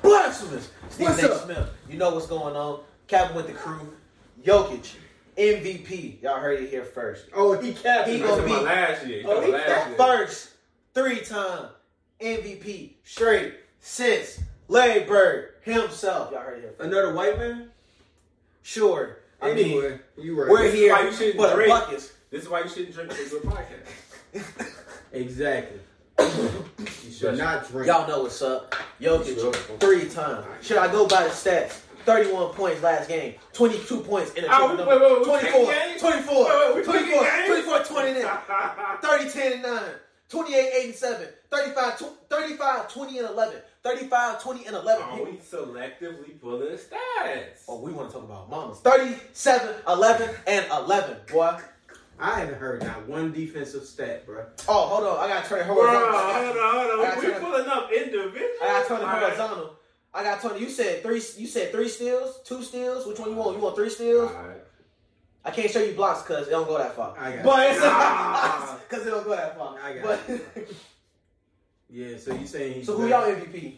specialist, Stephen What's A. up? Smith. You know what's going on. Captain with the crew, Jokic, MVP. Y'all heard it here first. Oh, he capped. He it. He gonna talking be- about last year. He Oh, talking he about last year. first three time MVP straight since Larry Bird himself. Y'all heard it here. first. Another white man. Sure. I mean, Anyway, you right. we're here Why you shouldn't for the drink? buckets. This is why you shouldn't drink this little podcast. Exactly. You But should not. not drink. Y'all know what's up. Jokic, three times. Should I go by the stats? 31 points last game, 22 points in a Oh, triple wait, wait, wait, we picking 24, games? 24, Wait, wait, we 24, picking 24, games? 20 in, 30, 10 and 9, 28, 8 and 7, 35, tw- 35, 20 and 11, 35, 20 and 11. Oh, we selectively pulling stats. Oh, we want to talk about mamas. 37, 11, and 11, boy. I haven't heard not one defensive stat, bro. Oh, hold on. I got to turn it Bro, horizontal. hold on, hold I on. got We Tony- pulling up individuals. I got Tony All right. horizontal. I got Tony. You said three. You said three steals, two steals. Which one you want? You want three steals? All right. I can't show you blocks because it don't go that far. I got But it's Ah. because it don't go that far. I got Oh, but, Yeah, so you saying he's so who y'all black? MVP?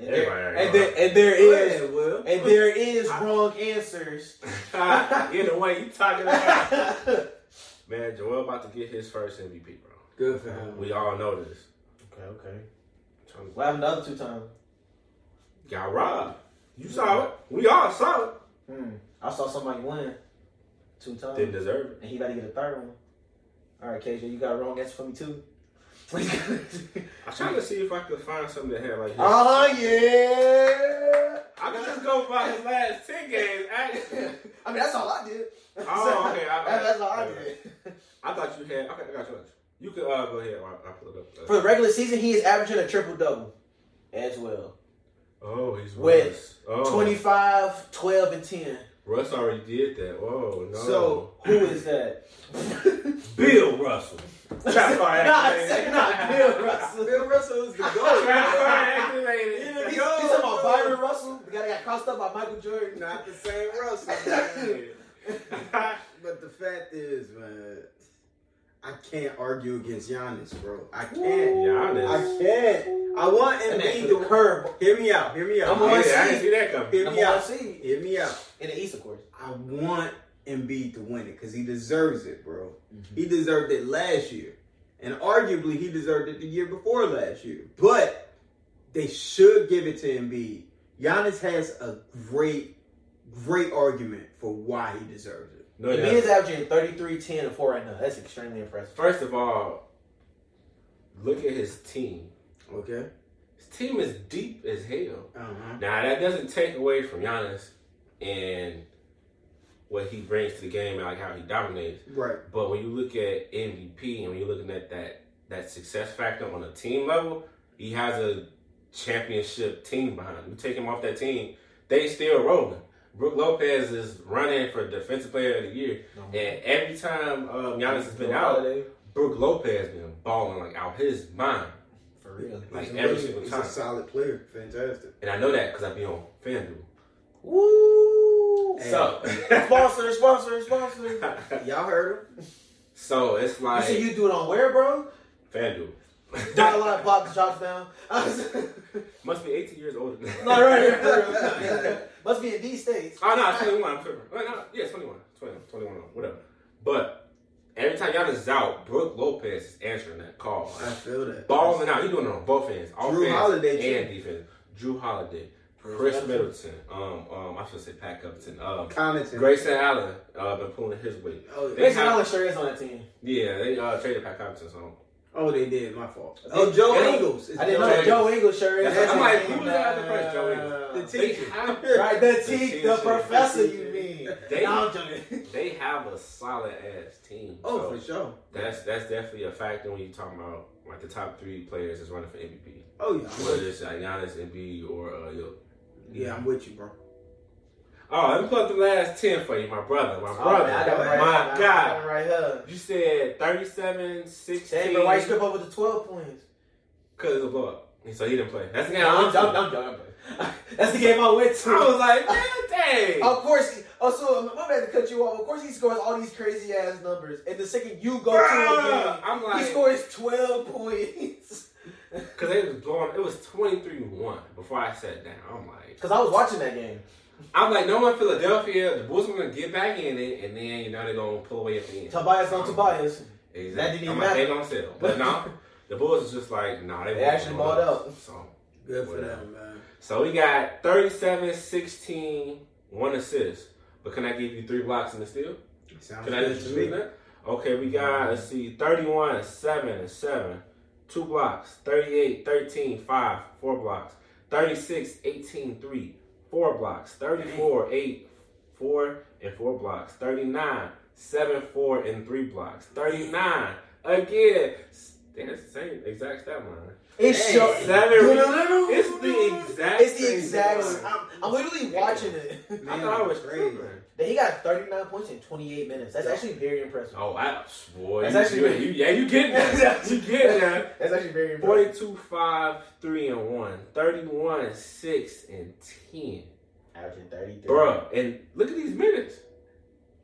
And there, Everybody and there, and there is Yeah, well. and there is wrong answers. Either way, you talking about. Man, Joel about to get his first MVP, bro. Good for him. We all know this. Okay, okay. Tony What happened the other two times? Got robbed. You saw it. We all saw it. Hmm. I saw somebody win two times, Didn't deserve it. and he about to get a third one. All right, KJ, you got a wrong answer for me too. I trying to see if I could find something that had like his. Oh yeah. I could just go by his last ten games. I Actually, mean, that's all I did. Oh, okay, I- That- that's all I okay. did. I thought you had. Okay, I got you. You could uh, go ahead. while I pull it up. For the regular season, he is averaging a triple double as well oh, he's With Russ. Oh, 25, 12, and 10. Russ already did that. Oh no. So, who is that? Bill Russell. Trap fire Nah, activated. it's not Bill Russell. Bill Russell is the Trap goat. fire activated. He's, he's talking about Byron Russell. The guy that got crossed up by Michael Jordan. Not the same Russell. man. But the fact is, man, I can't argue against Giannis, bro. I can't. I Giannis. can't. I want That man Embiid threw to the curb. Hear me out. Hear me out. I'm on Hear- Yeah, I didn't see that coming. Hear me Number one out. seed. Hear me out. In the East, of course. I want Embiid to win it because he deserves it, bro. He deserved it last year. And arguably, he deserved it the year before last year. But they should give it to Embiid. Giannis has a great, great argument for why he deserves it. No, Embiid yeah. is averaging 33, 10, and 4 right now. That's extremely impressive. First of all, look at his team. Okay? His team is deep as hell. Uh-huh. Now that doesn't take away from Giannis and what he brings to the game and like how he dominates. Right. But when you look at MVP and when you're looking at that that success factor on a team level, he has a championship team behind him. You take him off that team, they still rolling. Brooke Lopez is running for defensive player of the year, and every time um, Giannis has been out, Brooke Lopez been balling like out his mind. For real. Like He's every amazing. single He's time. a solid player. Fantastic. And I know that because I be on FanDuel. Woo! Hey. So, Sponsor, sponsor, sponsor. Y'all heard him. so it's You like said you do it on where, bro? FanDuel. Got a lot of blocks drops down. Must be 18 years older. Than Not right here. for real. Must be in these states. Oh no, it's 21. I'm tripping. Wait, no, yeah, it's 21. 21, 21, whatever. But every time Giannis is out, Brooke Lopez is answering that call. I feel that. Balling out. He's doing it on both ends. Drew offense Holiday, and defense. Drew Holiday, Chris Middleton. Middleton. Um, um, I should say Pat Covington. Um, Commenting. Grayson Allen uh, been pulling his weight. Oh, They Mason have- Allen sure is on that team. Yeah, they uh, traded Pat Covington. So Oh, they did. My fault. Oh, Joe Yeah. Ingles. It's I didn't Joe know Joe that Joe Ingles sure is. That's- I'm on that like, team. who was that other person, Joe Ingles? The they teacher. have Right, the The teeth, the teacher. professor, you mean. They- Nah, I'm joking. they have a solid ass team. Oh, so for sure. That's that's definitely a factor when you're talking about like the top three players that's running for MVP. Oh, yeah. I'm with Whether it's like Giannis, Embiid, or uh, Yo. you. Yeah, I'm with you, bro. Oh, let me pull up the last ten for you, my brother, my Oh, brother. man, I got it right here. my I got God, it right here. you said 37, 16. Chamber White strip over the 12 points. Cause it's a blow up, so he didn't play. That's the game. I'm, I'm, I'm, I'm, I'm, joking. That's the game I went to. I was like, man, dang. Of course, he, oh, so my man had to cut you off. Of course, he scores all these crazy ass numbers, and the second you go to a Bruh, game, I'm he like, scores twelve points. Cause they was blowing. It was twenty three one before I sat down. I'm like, Because I was watching that game. I'm like, no one Philadelphia. The Bulls are gonna get back in it, and then you know they're gonna pull away at the end. Tobias on Tobias. Exactly. That didn't even I'm like, they matter. gonna sell. But no, the Bulls is just like, nah, they, They won't actually blow bought us. up. So, Good for Whatever. them, man. so we got 37, 16, one assist. But can I give you three blocks in the steal? Sounds Can I good just to do me. that? Okay, we got, Mm-hmm. let's see, 31, 7, and 7. Two blocks. 38, 13, 5. Four blocks. 36, 18, 3. Four blocks. 34, 8, 4, and 4 blocks. 39, 7, 4, and 3 blocks. 39, again. s- Damn, it's the same exact stat line. It's Hey, so. Seven. It's the exact It's the same exact. line. I'm, I'm literally watching it. I thought I was Crazy. crazy. Then he got 39 points in 28 minutes. That's Yeah. actually very impressive. Oh, I boy, That's you, actually you- good. you- yeah, you get that. you get that. That's actually very impressive. 42, 5, 3, and 1. 31, 6, and 10. Averaging 33. Bruh, and look at these minutes.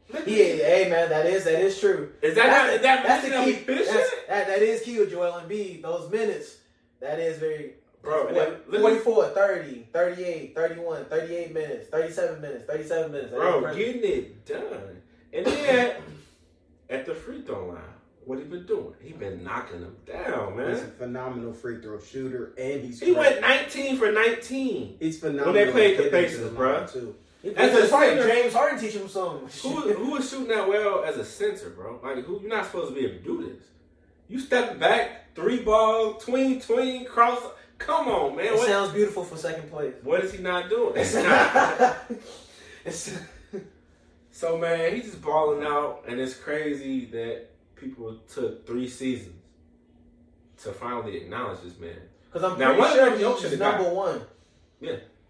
Look at Yeah, these- hey man, that is that is true. Is that not, is that that's that's the key. efficient? That's, that, that is key with Joel Embiid. Those minutes, that is very. Bro, that's and what, then- 44, 30, 38, 31, 38 minutes, 37 minutes, 37 minutes. That is Bro, impressive. getting it done. And then at the free throw line, what he been doing? He been knocking them down, He's a man. phenomenal free throw shooter, and he's He great. went 19 for 19. He's phenomenal. When they played the at getting Pacers, to the bro. line, Too. that's It's a probably center. James Harden teaching him some. Who who is shooting that well as a center, bro? Like who you're not supposed to be able to do this. You step back, three ball, tween, tween, cross. Come on, man. It What, sounds beautiful for second place. what is he not doing? It's- so man, he's just balling out, and it's crazy that people took three seasons to finally acknowledge this man. Because I'm Now, pretty one of them sure Jokic he's is number back. one.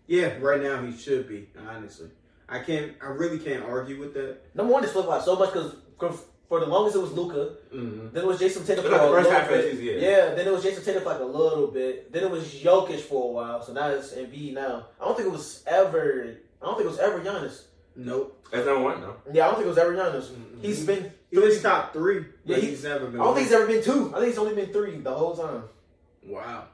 Yeah, right now he should be. Honestly, I can't. I really can't argue with that. Number one is flip flop so much because for the longest it was Luca. Mm-hmm. Then it was Jason Tatum for It was a the first little half of the bit. season, yeah. then it was Jason Tatum for like a little bit. Then it was Jokic for a while. So now it's Embiid now. I don't think it was ever. I don't think it was ever Giannis. Nope. That's number one, though. Yeah, I don't think it was ever Giannis. Mm-hmm. He's Mhm. been. He was top three. Yeah, but he- he's never I been. don't one. think he's ever been two. I think he's only been three the whole time. Wow.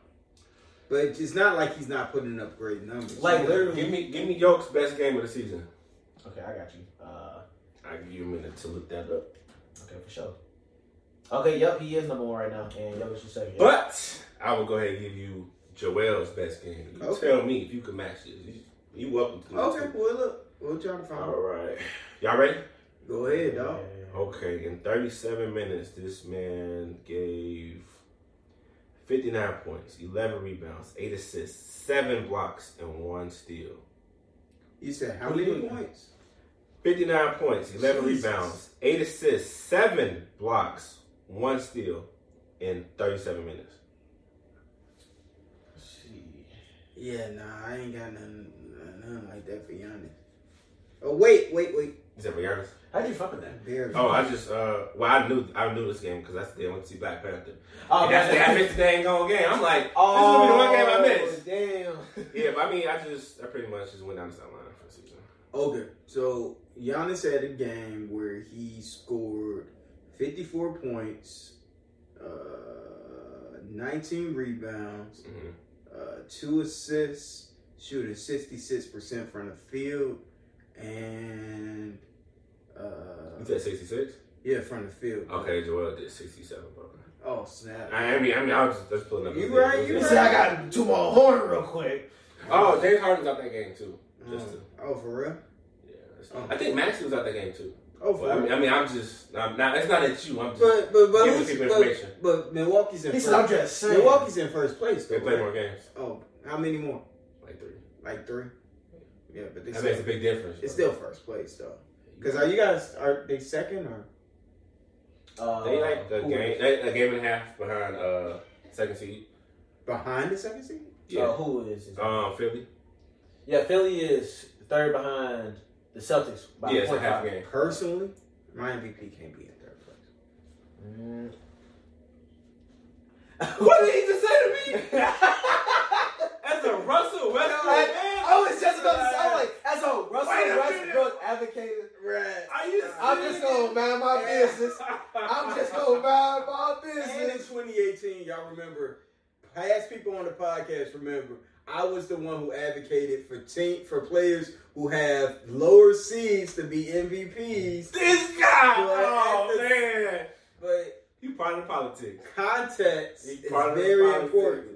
But it's not like he's not putting up great numbers. Like, literally- Give me give me Yoke's best game of the season. Okay, I got you. Uh, I give you a minute to look that up. okay, for sure. Okay, yep, he is number one right now, and Jokic is second. But I will go ahead and give you Joel's best game. You Okay. tell me if you can match this. You, you welcome to Okay, this. well look, we'll try to find. All right. Y'all ready? Go ahead, dog. Okay, in 37 minutes, this man gave 59 points, 11 rebounds, 8 assists, 7 blocks, and 1 steal. You said how What many do you- points? 59 points, 11 Jesus. rebounds, 8 assists, 7 blocks, 1 steal in 37 minutes. Let's see. Yeah, nah, I ain't got nothing, nothing like that for Giannis. Oh wait, wait, wait. Is that for Giannis? How'd you fuck with that? Barely. Oh, I just uh, well, I knew I knew this game because that's the day I went to see Black Panther. Oh, And that's the day I man. missed the dang whole game. I'm like, Oh, this is the one game I missed. Damn. Yeah, but I mean, I just I pretty much just went down the sideline for the season. Okay, so Giannis had a game where he scored 54 points, uh, 19 rebounds, hmm uh, two assists, shooting 66% from the field, and You uh, said 66? yeah, from the field. Okay, Joel did 67, bro. Oh snap! I I mean, I mean, I was just, just pulling up. You his right, numbers. you You right. see, I got two more horn real quick. Oh, James Harden's out that game too. Just Oh, to- Mm. oh, for real? yeah, that's- Oh. I think Maxie was out that game too. Oh, for But I mean, real? I mean, I'm just, I'm not. It's not at you. I'm just. But but but, Give us people but, information. but Milwaukee's in He first. said, I'm just saying. Milwaukee's in first place. Though, they play right? more games, Oh, how many more? like three. Like three. Yeah, but they That still, makes a big difference. it's bro. still first place though. Because are you guys are they second or Uh, they like a who- game, they, a game and a half behind uh second seed. behind the second seed? Uh, Yeah, who is? it? um, Philly. yeah, Philly is third behind the Celtics by Yeah, it's a point half five. game. Personally, my MVP can't be in third place. Mm. What did he just say to me? I As a Russell Westbrook Like, fan, was just about to say, I'm like, as a Wait a Russell Westbrook advocated, Right. are you? I'm just gonna mind my business. I'm just gonna mind my And in business. 2018, y'all remember past people on the podcast remember I was the one who advocated for team for players who have lower seeds to be MVPs, This guy! Well, Oh, at man. but You part of politics. context You is part of the very politics. important.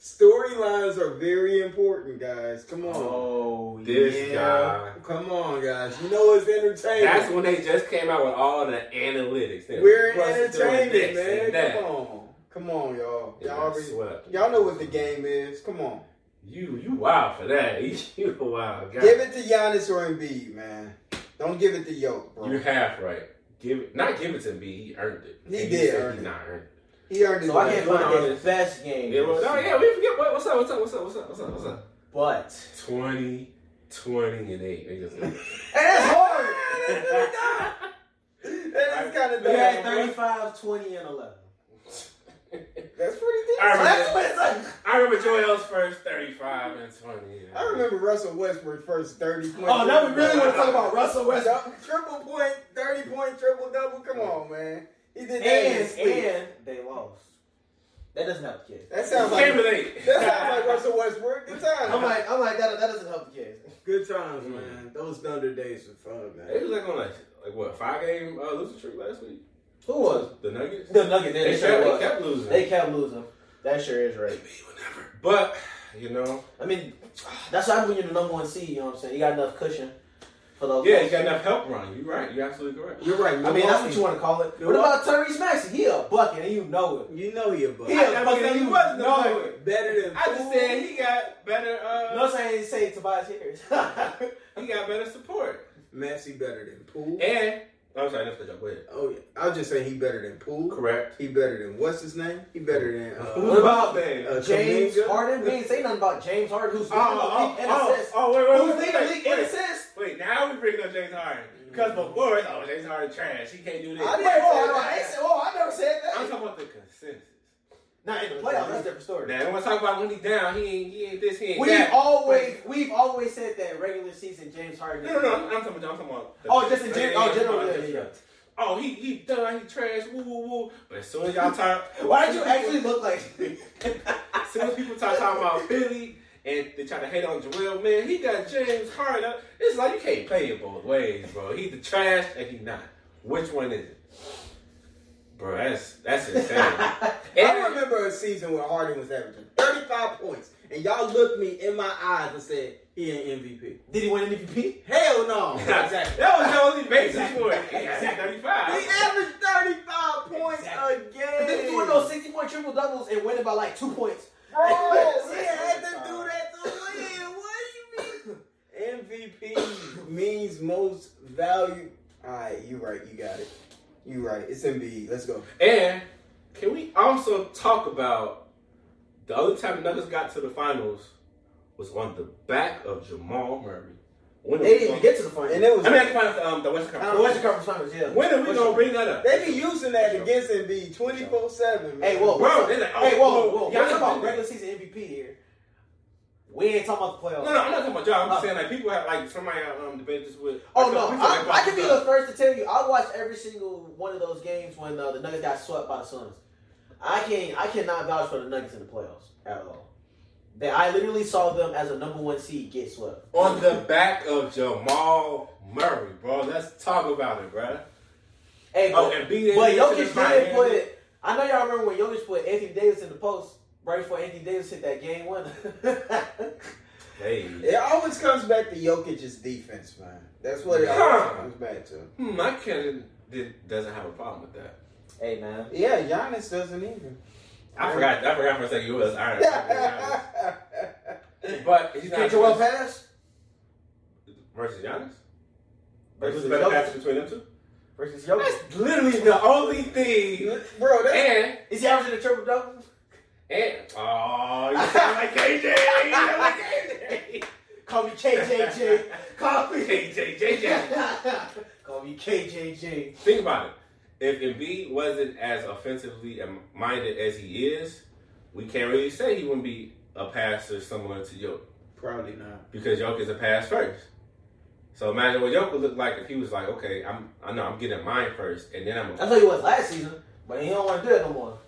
Storylines are very important, guys. Come on. Oh, This guy. Come on, guys. You know it's entertaining. Oh. That's when they just came out with all the analytics. They We're in was doing entertainment, this man. and that. Come on. Come on, y'all. And Y'all, I already, swept. y'all know what the game is. Come on. You you wild for that. You a wild guy. Give it to Giannis or Embiid, man. Don't give it to Yoke, bro. You're half right. Give it, not give it to me. He earned it. He And did said earn he it. Not earned He earned his So I can't One find his honest- best it. game. Yeah, well, no, oh, yeah, we forget. What, what's up? What's up? What's up? What's up? What's up? What's up? But 20, 20, and eight. They just- And that's hard. that is kind of we had bad. 35, 20, and 11. That's pretty decent. I That's remember- what it's like. I remember Joel's first thirty-five and twenty. I remember Russell Westbrook first 30 points. Oh, now we really want to talk about Russell Westbrook. Triple point, 30 point, triple double. Come on, man. He did that in his And, sleep. and they lost. That doesn't help the case. That sounds like Came with eight. That sounds like Russell Westbrook. Good times. I'm like, I'm like that, that doesn't help the case. Good times, Mm. man. Those Thunder days were fun, They was like on like like what five game uh, losing streak last week. Who was? The Nuggets. The Nuggets. They, They, they kept, sure they was. kept losing. They kept losing. That sure is right. but you know, I mean, that's why when you're the number one seed. You know what I'm saying? You got enough cushion for those. yeah, you got enough help running. You're right. You're absolutely correct. You're right. I mean, that's what you want to call it. What about Tyrese Maxey? He a bucket, and you know it. You know you're He butt. a I bucket, mean, and he you wasn't a know bucket. it. Better than I just said he got better. Uh, No, saying say Tobias Harris. Uh, he got better support. Maxie better than Poole. And I'm sorry, that's the joke. Go ahead. Oh yeah. I'll just say he better than Poole. Correct. He better than what's his name? He better than uh, What about man? uh, James Kuminga? Harden? We ain't say nothing about James Harden, who's Oh, leading the league oh, in oh, assists. oh, wait, Who's wait, leading the wait, league in wait, wait. assists? Wait, now we bring up James Harden. Because before, it's, oh, James Harden trash. He can't do this. Mm-hmm. I didn't. Wait, Oh, wait, no, I wait. ain't say- oh, I never said I'm that. talking about the consensus. Now in the playoffs, that's a different story. Now, when I talk about when he's down, he ain't, he ain't this, he ain't We've that. always we've always said that regular season James Harden. No, no, no. I'm talking about. I'm talking about the- Oh, just in gen- oh, general, Yeah, yeah, yeah. Oh, he he done. He trash. Woo, woo, woo. But as soon as y'all talk, Why did you actually look like? As soon as people start talking about Philly and they try to hate on Joel, man, he got James Harden. up. It's like you can't play it both ways, bro. He the trash and he not. Which one is it? Bro, that's that's insane. I and, remember a season where Harden was averaging 35 points, and y'all looked me in my eyes and said, he ain't MVP. Did he win MVP? Hell no. exactly. That was the only basis for it. He got 35. He averaged 35 points Exactly. a But game. then he doing those sixty point triple doubles and winning by like two points. Bro, he had to do that to win. What do you mean? MVP means most value. All right, you right. You got it. You right. It's Embiid. Let's go. And can we also talk about the only time the Nuggets got to the finals was on the back of Jamal Murray. When are They we didn't gonna- even get to the finals. And it was. I mean, I can find um, the Western the Conference. Western Conference Finals, yeah. When are we Western- gonna bring that up? they be using that against Embiid 24 7. Hey, whoa, Bro, bro! they're like, oh, hey, whoa, whoa, whoa! yeah, We're talking I about know. regular season MVP here. We ain't talking about the playoffs. No, no, I'm not talking about y'all. I'm just saying like people have like somebody I, um debated this with. Oh like, no, we talking I, about I can be the stuff. first to tell you. I watched every single one of those games when uh, the Nuggets got swept by the Suns. I can I cannot vouch for the Nuggets in the playoffs at all. That I literally saw them as a number one seed get swept. on the back of Jamal Murray, bro. Let's talk about it, bro. Hey, Oh, but, and beat it but into the Jokic did Miami. put. I know y'all remember when Jokic put Anthony Davis in the post right before Anthony Davis hit that game winner. Hey, It always comes back to Jokic's defense, man. That's what it always Huh. comes back to. hmm, my candidate did- doesn't have a problem with that. hey man, Yeah, Giannis doesn't either. I forgot. I forgot for a second you was Iron. Giannis But he's can not Joel pass versus Giannis. Versus versus better Jokic? pass between them two. Versus Jokic? That's literally the only thing. Bro, that's And Is he averaging a triple double? and oh, you sound like KJ. You sound like KJ. Call me KJJ. Call me KJ, JJ. Call me KJJ. Think about it. If Embiid wasn't as offensively am- minded as he is, we can't really say he wouldn't be a passer similar to Yoke probably not. because Yoke is a pass first. So imagine what Yoke would look like if he was like, okay, I'm I know I'm getting mine first, and then I'm. I thought he was last season, but he don't want to do it no more.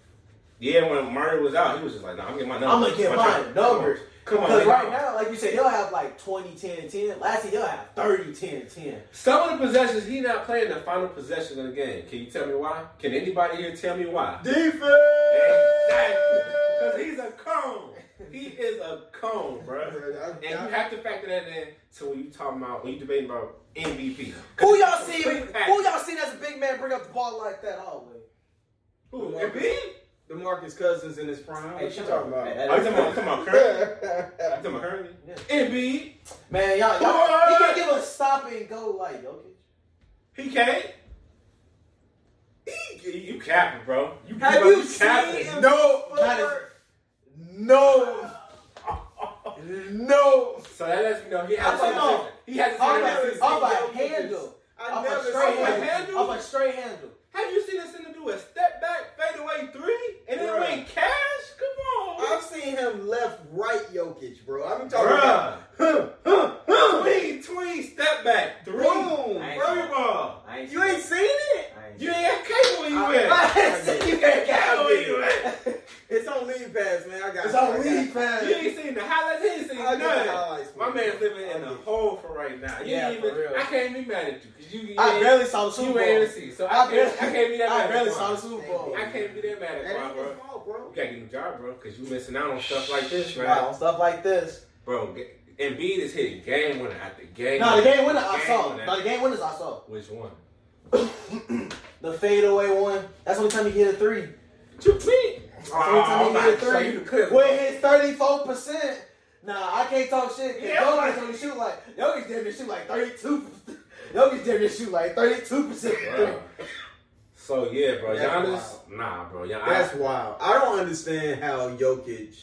Yeah, when Murray was out, he was just like, "Nah, I'm getting my numbers. I'm gonna get My my job. numbers. Come on, Because come on, right now, like you said, he'll have like 20, 10, 10. Last year, he'll have 30, 10, 10. Some of the possessions he not playing the final possession of the game. Can you tell me why? Can anybody here tell me why? Defense. Because he's a cone. He is a cone, bro. And you have to factor that in to when you talking about when you debating about MVP. Who y'all seen? Quick pass. Who y'all seen as a big man bring up the ball like that Oh, always? Who? Embiid? Demarcus Cousins in his prime. Hey, What you shut talking up. about? Hey, Are you talking about, talking about Curry? You talking about Curry? Yeah. Embiid? Man, y'all, y'all he can give a stop and go like Jokic. He can't. He- You capping, bro. You, Have bro, you capping. seen him? No, Not as- no, no. So that lets me know he I'm has talking about- a He I'm has a talking about handle. I Off never a seen straight a him. handle. handle. Off a straight handle. Have you seen us in the do a step back, fade away three, and then Bruh. ain't cash? Come on. I've seen him left, right, Jokic, bro. I'm talking Bruh. about. Huh, huh, huh. Tween, tween, step back, three. Boom. I ain't Furry seen ball. I ain't You ain't seen it? You ain't got cable you with. Oh, you can't Cable you with. It's on lead pass, man. I got It's you. I on got lead you. pass. You ain't seen the highlights. He ain't seen I'll get the nothing. highlights, My man. man's living in a I'll get- hole for right now. You Yeah, ain't for even, real. I can't be mad at you because you, you, I ain't- barely saw the you Super ain't Bowl. in the seat. So I, I can't, I barely- can't be that I mad barely at saw Quan. the Super Bowl. I can't be that mad at That Quan, ain't bro. his fault, bro. You gotta get a job, bro, because you missing out on stuff like this, man. Wow, stuff like this. Bro, G- Embiid is hitting game winner after game. No, the winner game winner after I game saw. winner. No, the game winners I saw. Which one? The fadeaway one. That's the only time he hit a three. Two feet. Oh, Oh, I'm I'm about to show you three. With his thirty four percent. Nah, I can't talk shit. Yeah, Yeah, Jokic like- only shoot like Jokic damn near shoot like thirty two. Jokic damn near shoot like thirty two percent. Wow. So yeah, bro, That's Giannis. Nah, bro, Gian- That's wild. I don't understand how Jokic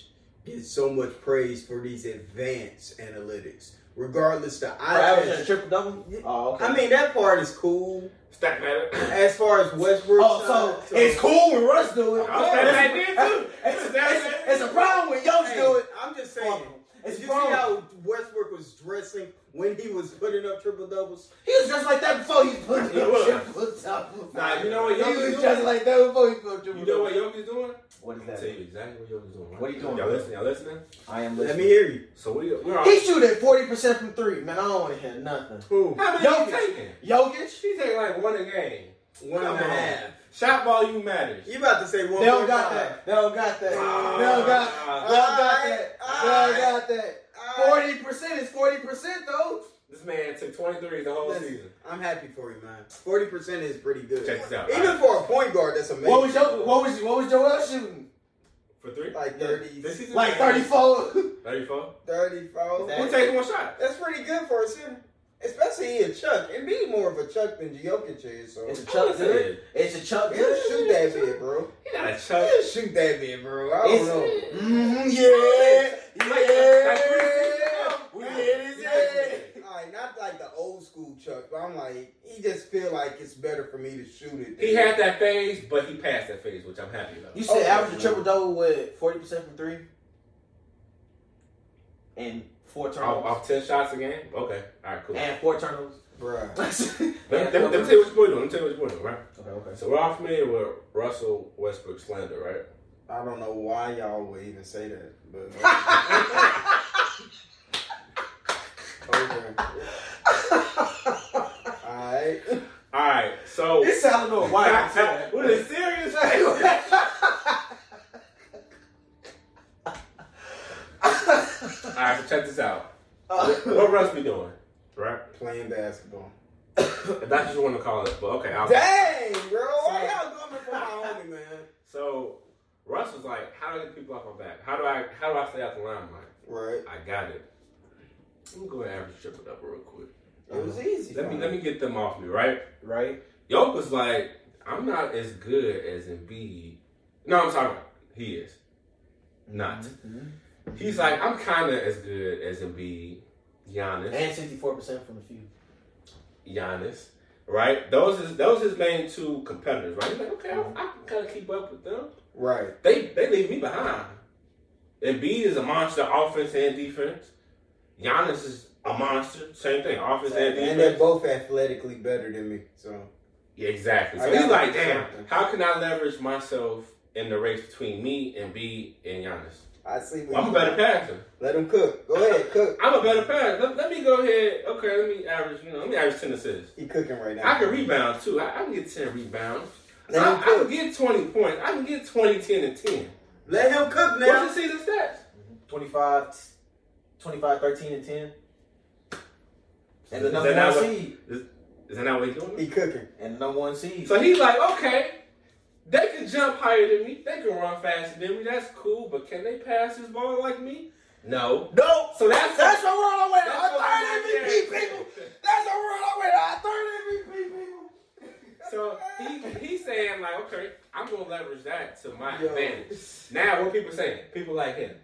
gets so much praise for these advanced analytics. Regardless the Average a eye triple double. Oh, okay. I mean that part is cool. Stat matter. As far as Westbrook, Oh, side, so it's cool when Russ do it. Oh, that's what I did, too. It's, it's- it's a problem when Young's Hey, do it. I'm just saying. It's Did you wrong. see how Westbrook was dressing when he was putting up triple doubles? He was just like that before he put He up was. triple doubles. Nah, you know what He Jokic was doing? just like that before he put up triple You know what Yogi's doing? What is I'll tell you exactly what Yogi's doing. Right? What he doing, Y'all bro? listening? Y'all listening? I am Let me hear you. So we we're all. He shoot at forty percent from three. Man, I don't want to hear nothing. Who? How many Yogi. Jokic. taking? Jokic, She take like one a game. One and a Come on. half. Shot volume matters. You about to say one? they don't got that. They don't got that. They don't got. They don't got that. They don't got that. Forty percent is forty percent though. This man took 23 the whole season. I'm happy for you, man. Forty percent is pretty good. Check this out. Even for a point guard, that's amazing. What was your What was What was Joel shooting? For three? like Yeah. 30, This season? Like thirty four. 34? 34. That- Who takes one shot? That's pretty good for a center, especially he a Chuck. And be more of a Chuck than Jokic is. So It's a Chuck good. It's a Chuck he'll good. shoot that bit, bro. He not a chuck. He'll shoot that bit, bro. I don't It's- know. Mm-hmm, yeah. Like- like We we did it, did it. All right, not like the old school Chuck, but I'm like, he just feel like it's better for me to shoot it. He than- had that phase, but he passed that phase, which I'm happy about. You said Okay. average a triple double with forty percent from three and four Off, turnovers off 10 shots a game? Okay. All right, cool. and four turnovers. Bruh. Let, let- let me tell you what your boy doing. Let me tell you what your boy doing, right? Okay, okay. So we're all familiar with Russell Westbrook slander, right? I don't know why y'all would even say that, but okay. Alright. All right, so It sounded a little wild. with a serious All right, so check this out. What Russ be doing, right? Playing basketball. If that's what you want to call it, but okay. I'll, Dang, bro. Why y'all coming for my homie, man? So Russ was like, "How do I get people off my back? How do I how do I stay out the limelight? Right. I got it. I'm going to average triple double real quick. It was easy. Let me man. let me get them off me, right? right? Yoke was like, I'm not as good as Embiid. No, I'm sorry, he is not. Mm-hmm. He's like, I'm kind of as good as Embiid, Giannis, And sixty four percent from the field. Giannis, right? Those is those his main two competitors, right? He's like, okay, I, I can kind of keep up with them. Right. They they leave me behind. Embiid is a monster offense and defense. Giannis is a monster, same thing, offense and And they're defense. both athletically better than me, so Yeah, exactly. I So got he's like, something. damn, how can I leverage myself in the race between me and B and Giannis. I see. What I'm a you- better passer. Let him cook. Go ahead, cook. I'm a better passer. Let, let me go ahead. Okay, let me average. You know, let me average ten assists. He cooking right now. I can rebound too. I, I can get ten rebounds. I, Let him I can cook. get twenty points. I can get 20, 10, and ten. Let him cook now. What's the season stats? 25, 25, 13, and 10. And the Is number that one not what- seed. Is that not what he's doing? He cooking. And the number one seed. So he's like, okay, they can jump higher than me, they can run faster than me, that's cool, but can they pass this ball like me? No. No. So that's That's what we're on our way to. That's Our what we're third MVP, doing. people. That's what we're on our way to. Our third MVP, people. so he he's saying like, okay, I'm gonna leverage that to my Yo. advantage. Now what people saying? People like him.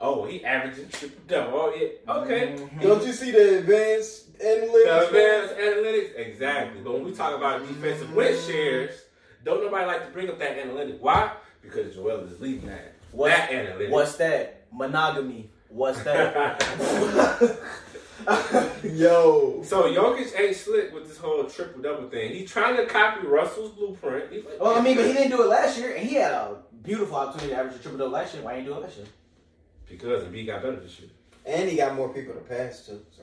Oh, he averaging triple double. Oh yeah. Okay. Mm-hmm. Don't you see the advanced analytics? The advanced analytics, exactly. But when we talk about defensive win Mm-hmm. shares, don't nobody like to bring up that analytic. Why? Because Joel is leading that. What- that analytic. What's that? Monogamy. What's that? Yo. So Jokic ain't slick with this whole triple double thing. He's trying to copy Russell's blueprint. He's like, well, I mean, but he didn't do it last year, and he had a beautiful opportunity to average a triple double last year. Why didn't he do it last year? because B got better this year. And he got more people to pass to. So.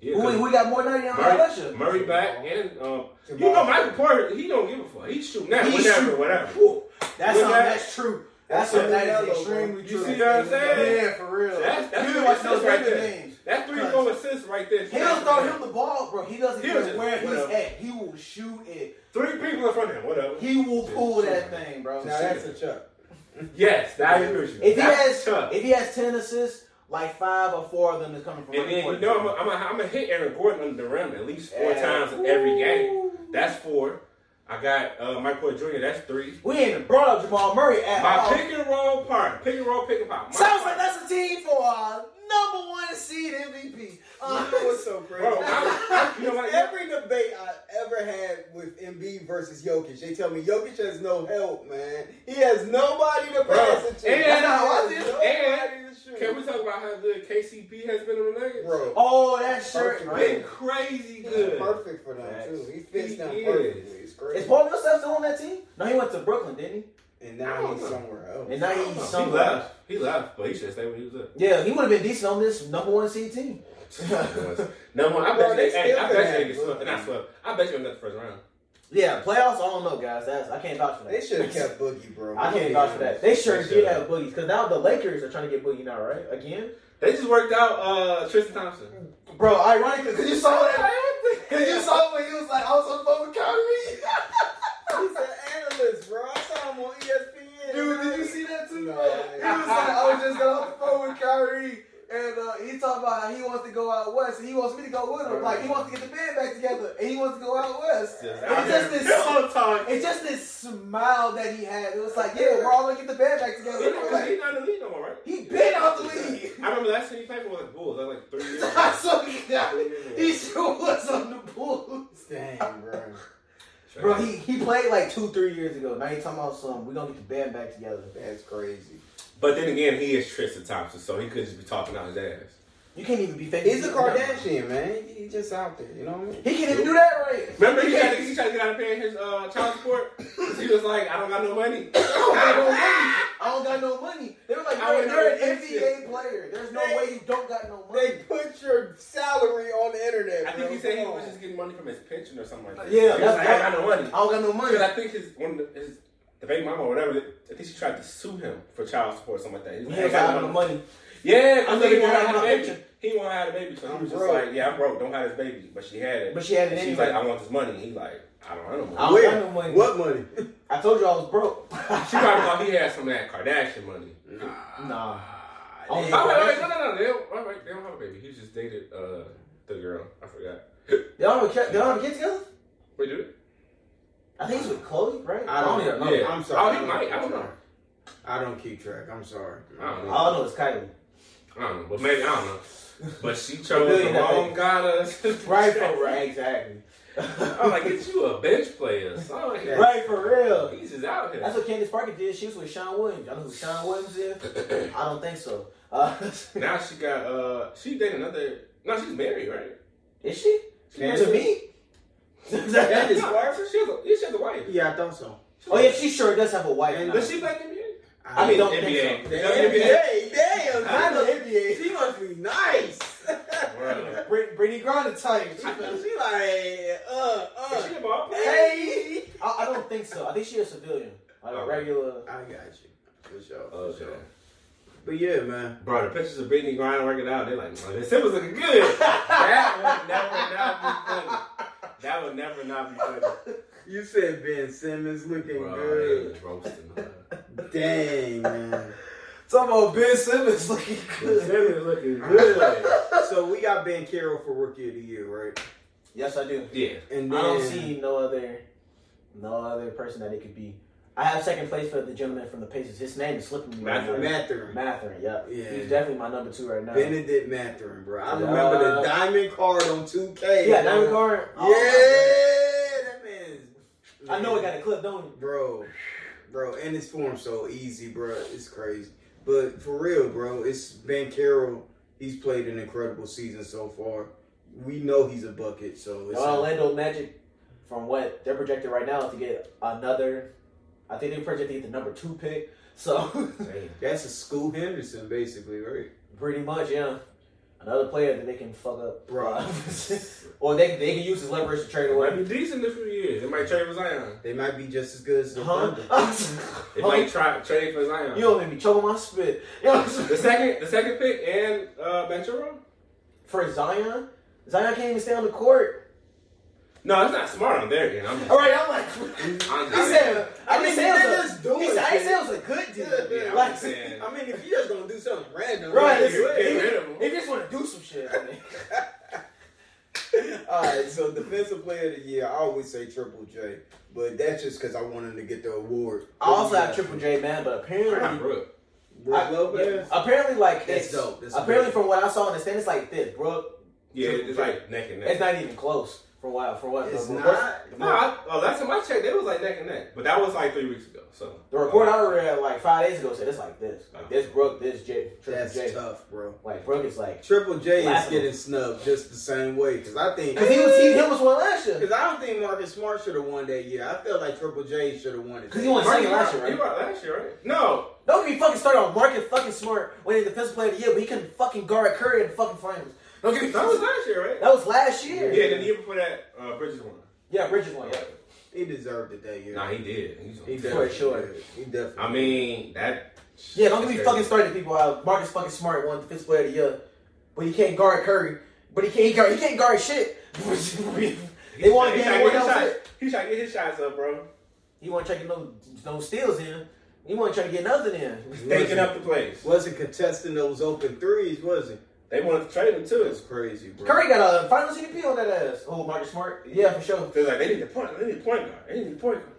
Yeah, Who, 'cause we got more than he had last year. Murray, Murray back and um, you Jamal. know Michael Porter. He don't give a fuck. He's shooting now, He whatever, shoot- whatever. Whew, that's Look something at- that's true. That's That's something that another is extremely You one. true. see what I'm saying? Yeah, for real. That's- that's you what didn't watch it those says right fucking there. games. That three four assists right there. He'll throw him the ball, bro. He doesn't He'll care just- where he's whatever. at. He will shoot it. Three people in front of him. Whatever. He will pull that thing, bro. Now that's a chuck. yes, that I agree with you. If he That's has, tough. if he has ten assists, like five or four of them is coming from. And then you Michael know Porter. I'm gonna I'm I'm hit Aaron Gordon under the rim at least four Yeah. times in every game. That's four. I got uh, Mike Porter Jr. That's three. we ain't even brought up Jamal Murray at My all. pick and roll part, pick and roll, pick and pop. My Oh. Sounds like that's a team for our number one seed MVP. Uh, You know what's so crazy? Bro, I- I- you know what? Every debate I ever had with Embiid versus Jokic, they tell me Jokic has no help, man. He has nobody to Bro, pass it to. and- He has watch this, nobody and- to shoot. Can we talk about how good KCP has been on the Nuggets? Bro, Oh, that shirt. Perfect. been crazy he's good. perfect for them too. He fits He them is. perfectly. It's crazy. Is Paul Millsap still on that team? No, he went to Brooklyn, didn't and I now don't he's know. somewhere else. And now I don't he's know. Oh, He somewhere. else. left. He left, but he should have stayed where he was at. Yeah, he would have been decent on this number one seed team. no one. I Bro, bet they you. Hey, still I could bet have you they get swept, Boogie. and I swept. I bet you they got the first round. Yeah, playoffs. I don't know, guys. That's I can't vouch for that. They should have kept Boogie, bro. I can't vouch for that. They sure did They should. have boogies because now the Lakers are trying to get boogie now, right? Again, They just worked out uh, Tristan Thompson. bro. Ironically, Cause you saw that. Cause you saw when he was like, I was on the phone with Kyrie. He's an analyst, bro. I saw him on E ESPN. Dude, did you see that too? Nah. bro? He was like, I was just got off the phone with Kyrie. And uh, he talked about how he wants to go out west, and he wants me to go with him. Like he wants to get the band back together, and he wants to go out west. Just And out it's just here. this, Pillow talk. it's just this smile that he had. It was like, yeah, we're all gonna get the band back together. He not- Like, he not in the league no more, right? he been out the league. I remember last time he played for was like Bulls. That was like three years. I ago. saw he got Three it. years ago. He sure was on the Bulls. Dang, bro. bro, he, he played like two, three years ago. Now you talking about some. We gonna get the band back together. That's crazy. But then again, he is Tristan Thompson, so he could just be talking out his ass. You can't even be fake. He's a Kardashian, man. He just out there, you know what I mean? He can't even do that right. Remember, he tried to, he tried to get out of paying his uh, child support. 'Cause He was like, I don't got no money. I don't got no money. I don't got no money. They were like, I you're, would you're an never NBA do shit. player. There's no They- way you don't got no money. They put your salary on the internet. I think bro. he said he Come was on. just getting money from his pension or something like that. Yeah, he was that's- like, I don't got no I money. don't got no money. Because I think his one of the- his the baby mama or whatever. I think she tried to sue him for child support or something like that. He was He like, ain't "I got no money. Yeah, I'm because he looking won't at have my the baby. picture. He won't have the baby, so he I'm was just broke. like, "Yeah, I'm broke. Don't have this baby." But she had it. But she had it And She's anyway. like, "I want this money." And He's like, "I don't have no money." I don't got no money. What money? I told you I was broke. She probably thought he had some of that Kardashian money. nah. Oh, Only wait, wait, no, Kardashian- no, no. They don't, all right, they don't have a baby. He just dated uh, the girl. I forgot. They don't have a kid- they don't have a kid together? Wait, do it? I think it's with Chloe, right? I don't know. Yeah. I'm sorry. Oh, he might. I don't know. I don't keep track. I'm sorry. I don't know. All I know is Kylie. I don't know. But maybe, I don't know. But she chose Really the not. wrong goddess. Right for right, exactly. I'm like, get you a bench player. or something. right for real. He's just out here. That's what Candace Parker did. She was with Sean Williams. I know who Sean Williams is. I don't think so. Uh, now she got uh, she dated another. No, she's married, right? is she? Candace? To me? Candace? She has a, yeah, she has a wife. Yeah, I thought so. oh yeah, she sure does have a wife. And now. But she black in the I mean, don't NBA. think so. The Don't NBA, think damn, I not know. the NBA. She must be nice. Bro. Brit- Brittany Griner type. she like, uh, uh. Is she a ball player? Hey, I, I don't think so. I think she's a civilian, like a Okay. regular. I got you for sure. Oh, For shit. sure. But yeah, man. Bro, the pictures of Brittany Griner working out, they're like, man, this was looking good. That would never not be funny. That would never not be funny. You said Ben Simmons looking Bro, they good. was roasting her. Dang, man. Talking about Ben Simmons looking Ben good. Simmons looking good. so we got Ben Carroll for Rookie of the Year, right? Yes, I do. Yeah. And I don't see no other, no other person that it could be. I have second place for the gentleman from the Pacers. His name is slipping me. right Mathurin. now. Matherin. Matherin. Yep. Yeah. He's definitely my number two right now. Benedict Matherin, bro. I Yeah. remember the diamond card on 2K. yeah, bro. Diamond Guard. Yeah, that man is. I know it got a clip, don't it? Bro, bro, and it's form so easy, bro. It's crazy. But for real, bro, it's Ben Carroll. He's played an incredible season so far. We know he's a bucket, so The it's. Orlando Magic, from what they're projected right now, to get another. I think they projected to get the number two pick. So Damn. that's a school Henderson, basically, right? pretty much, yeah. Another player that they can fuck up, Bro. or they they can use as leverage to trade It might away. be decent in a few years. It might trade for Zion. They might be just as good as the Thunder. Huh? It might try trade for Zion. You don't make me choke on my spit. You know what I'm saying? The second, the second pick and uh, Banchero? For Zion, Zion can't even stay on the court. No, it's not smart on their end. I'm just, All right, I'm like, he I'm just said, I I didn't mean, say they it was just a- do he it, said- I didn't say man. it was a good deal. Yeah, I'm Like, just saying. I mean, if you just gonna do something random, right? like, He get rid of him. he just want to do some shit. I mean. All right, so defensive player of the year, I always say Triple J, but that's just because I want him to get the award. I also have Triple J, man, but apparently, Not Brooke. Brooke I- Lopez. yeah, apparently, like That's it's dope. That's apparently, dope. from what I saw in the stand, it's like this, Brooke. Yeah, Triple it's J. like neck and neck. It's not even close. For what? For what? It's the, not? No, I, oh, last time I checked, they was like neck and neck, but that was like three weeks ago. So the report I read like five days ago said it's like this, like this Brooke, this J, Triple That's J. tough, bro. Like Brooke is like Triple J is Laughable. getting snubbed just the same way because I think Because he was he, he almost won last year. because I don't think Marcus Smart should have won that year. I feel like Triple J should have won it. Because he won second last you year, right? brought last year, right? No, Don't get me fucking started on Market fucking Smart winning Defensive Player of the Year, but he couldn't fucking guard Curry in the fucking finals. Don't get me that was last year, right? That was last year. Yeah, then the year before that, uh, Bridges won. Yeah, Bridges won. Yeah. He deserved it that year. Nah, he did. He's he For definitely sure. did. He definitely. I mean that. Yeah, don't get me that's fucking crazy. started, people. Uh, Marcus fucking Smart won Defensive Player of the Year, but he can't guard Curry. But he can't he guard he can't guard shit. they want to He get tried him one get his else. shots- He tried to get his shots up, bro. He want to try to get no no steals in. He want to try to get nothing in. Taking up the place. wasn't contesting those open threes, was he? They wanted to trade him too. That's crazy, bro. Curry got a finals MVP on that ass. Oh, Marcus Smart. Yeah, for sure. They're like, they need a point. They need a point guard. They need a point guard.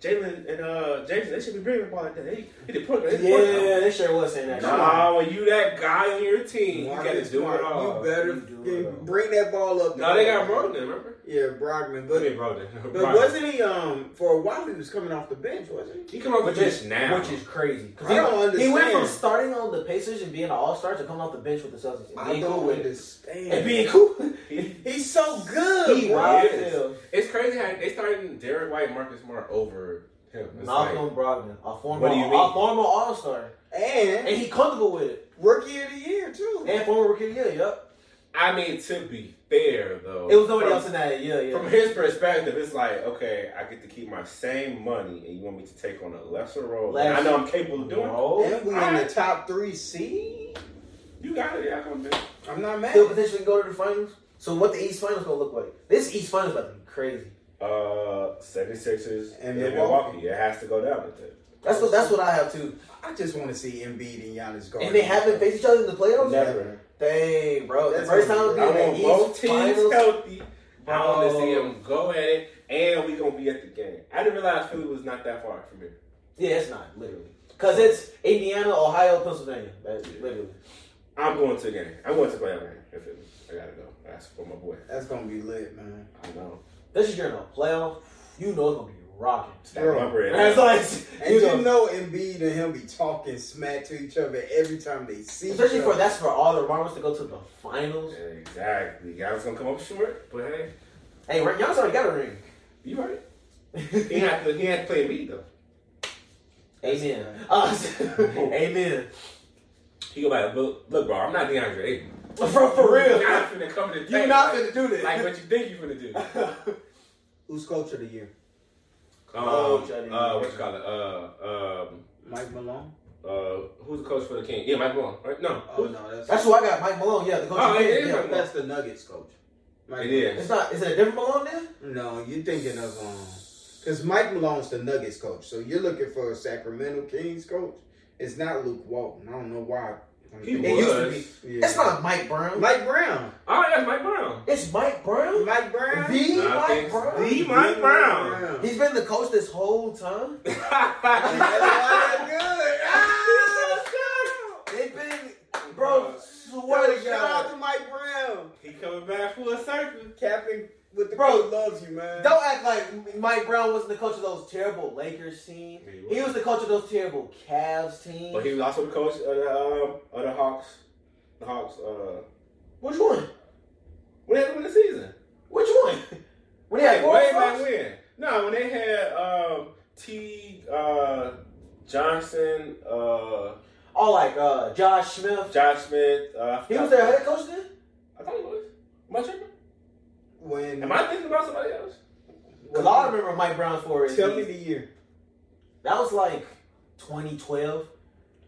Jalen and uh, Jason, they should be bringing the ball like that. They they need a point guard. They need a point guard. Yeah, they sure was saying that. Nah, when you that guy on your team, you gotta Marcus do Smart, it all. You better You do it fucking all. bring that ball up. No, they got Brogdon, remember? Yeah, Brogman, I but mean Brogdon. But Brogdon. wasn't he um for a while he was coming off the bench, wasn't he? he come off the Which is bench now? which is crazy. 'Cause I he- don't He went from understand. starting on the Pacers and being an All Star to coming off the bench with the Celtics and I being don't cool with it. And understand. being cool, He- He's so good. he bro. wild is. as hell. it's crazy how they started Derek White, and Marcus Smart over him. It's Malcolm like, Brogdon, a former, What do you a mean? former All Star, and And, he comfortable with it, rookie of the year too. and former Rookie of the Year. Yep, I mean, to be fair though, it was nobody Oh, from, else in that. Yeah, From yeah. his perspective, it's like okay, I get to keep my same money, and you want me to take on a lesser role? that I Lesser- know I'm capable of doing. No, and we in the Alright. top three seed. You got it, y'all gonna do. it. I'm not mad. he'll potentially go to the finals. So what the East Finals gonna look like? This East Finals about to be crazy. Uh, 76ers And and Milwaukee. Milwaukee. It has to go down with it. That's what that's what I have too. I just want to see Embiid and Giannis guard. And they haven't faced each other in the playoffs. Never. Dang, bro. That's the first time gonna we be- I in the East want both teams Finals. healthy. I want to Bro. see them go at it, and we gonna be at the game. I didn't realize Philly was not that far from here. Yeah, it's not literally because it's Indiana, Ohio, Pennsylvania. That's literally. I'm going to the game. I'm going to play game. If it, I gotta go. That's for my boy. That's gonna be lit, man. I know. This is during the playoff. You know it's gonna be rocking. That Bro. my bread. That's like And you you know, know Embiid and him be talking smack to each other every time they see. especially each for other. that's for all the Rockets to go to the finals. exactly. Guys gonna come up short, but hey, Hey, Ray- Giannis already got a ring. you heard it. He had to. He had to play me though. Amen. Uh, amen. He go back, look, look, bro, I'm not DeAndre Ayton. For, for real. You're not finna come to the You're tank not like, gonna do this. like what you think you finna do. Um, Who's coach of the year? Oh, Johnny. uh, what you call it? Uh, um, Mike Malone. uh, who's the coach for the King? Yeah, Mike Malone, right? No, Oh no, that's That's who I got, Mike Malone. Yeah, the coach. Oh, of the it Kings, is yeah. Mike Malone. that's the Nuggets coach. Mike it Malone. is. It's not. Is it a different Malone then? No, you're thinking of um, because Mike Malone's the Nuggets coach, so you're looking for a Sacramento Kings coach. It's not Luke Walton. I don't know why. I'm He thinking- It used to was. Yeah. It's not Mike Brown. Mike Brown. Oh, that's Mike Brown. It's Mike Brown. Mike Brown. The Nah, I Mike think- Brown. The Mike Brown. He's been the coach this whole time. That's why they're good. Ah! They've been, bro. Swear to Shout out God. to Mike Brown. he coming back full circle. Captain with the Bro, coach loves you, man. Don't act like Mike Brown wasn't the coach of those terrible Lakers team. Yeah, he He was. was the coach of those terrible Cavs team. But he was also the coach of the, um, of the Hawks. The Hawks. Uh, Which one? when they won the season, Which one? When he had like, way Boris back Johnson? when. No, when they had um, T. Uh, Johnson, uh, Oh, like uh, Josh Smith. Josh Smith. Uh, I He was forgot- their head coach then. I thought he was. Am I tripping? When Am I thinking about somebody else? Cause I remember Mike Brown for it. tell me the year. That was like 2012,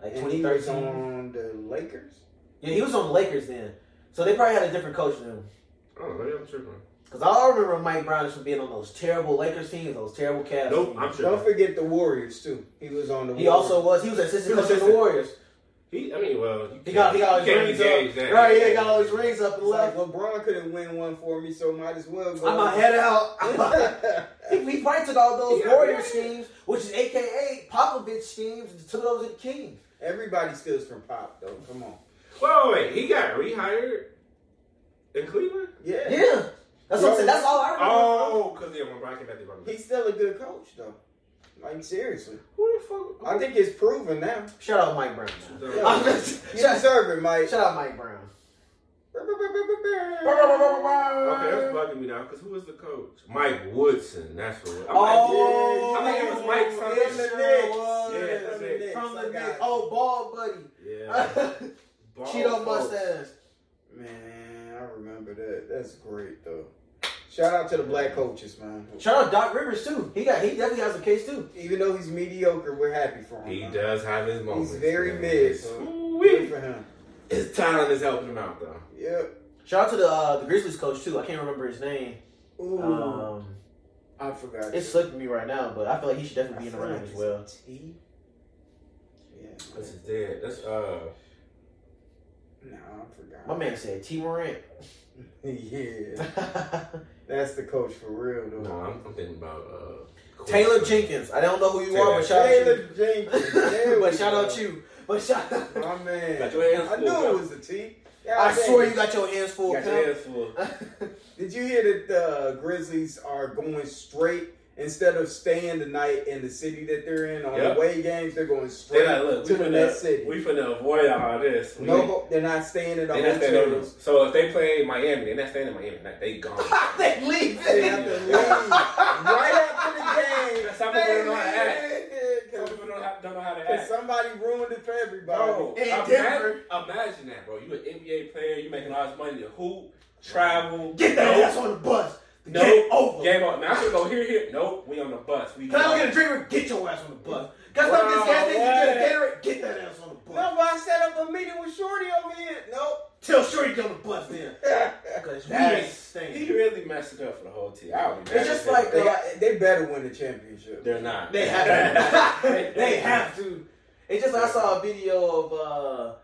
like And he was 2013. on the Lakers. Yeah, he was on the Lakers then, so they probably had a different coach than him. Oh, maybe I'm tripping. Cause I remember Mike Brown is from being on those terrible Lakers teams, those terrible Cavs. Nope, teams. I'm Don't tripping. forget the Warriors too. He was on the. He Warriors. also was. He was assistant He coach was of the assistant. Warriors. He, I mean, well, you He got he can't- got all you his can't rings engage up. that. Right, yeah, he got all his rings up and It's like left. LeBron couldn't win one for me, so might as well. Go. I'ma head out. I'ma- he, he probably took all those He got Warriors rid. teams, which is AKA Popovich teams, and took those to the Kings. Everybody steals from Pop though. Come on. Whoa, wait, he got rehired in Cleveland? Yeah. Yeah, that's what I'm saying. That's all I remember. Oh, because yeah, when Brian came back, they brought him back. He's still a good coach though. Like seriously, Who the fuck? I think it's proven now. Shout out Mike Brown. man. Yeah. I'm You just- shout, deserve it, Mike. shout out Mike Brown. Okay, that's bugging me now. Because who was the coach? Mike Woodson. That's what. I'm Oh, I think it was Mike something. From the Knicks. was. Yeah, from the Knicks. From the I got Knicks. it. Oh, ball buddy. like, yeah. Ball Cheeto coach. mustache. Man, I remember that. That's great though. Shout out to the black coaches, man. Shout out Doc Rivers too. He got he definitely has a case too. Even though he's mediocre, we're happy for him. He man. does have his moments. very man. mid, so- Good Ooh-wee. for him. His talent is helping him out, though. Yep. Shout out to the uh, the Grizzlies coach too. I can't remember his name. Ooh, Um, I forgot. it's slipping me right now, but I feel like he should definitely be in the running as well. T. Yeah. That's his dad. That's uh. No, I forgot. My man said T Morant. Yeah, that's the coach for real No, though. I'm, I'm thinking about uh. Taylor Kawhi. Jenkins. I don't know who you Taylor. are, but shout out Taylor you. Jenkins. There but we shout go. out you. But shout out. My man. Got your hands I full, knew bro. it was a T. I God swear dang. you got your hands full. Got your hands full. Cam. Did you hear that the Grizzlies are going straight instead of staying the night in the city that they're in on Yep. away games? They're going straight They're like, look, to we the next finna, city. we finna avoid all this. We- no, ho- they're not staying in the they not staying in- hotels. So if they play Miami, they're not staying in Miami. Like, they gone. they leave They it. have to leave right after the game. That's how people They don't know how to act. Some leave. people don't, have, don't know how to Cause act. somebody ruined it for everybody. Bro, In ima- Denver. imagine that, bro. You an NBA player, you making all this money to hoop, travel. Get that nope, ass on the bus. The Nope. game over. Game on. Now we go here, here. Nope, we on the bus. We Can I go gone. get a drink? Get your ass on the bus. Guys, wow, this Wow, gas station get a Gatorade. what? Get that ass on the bus. No, but I set up a meeting with Shorty over here. Nope. Tell sure you get on the bus then. Because we That's- ain't He staying. really messed it up for the whole team. I would be mad It's just at him. like, they, they better win the championship. they're not. They have to. they have to. It's just I saw a video of uh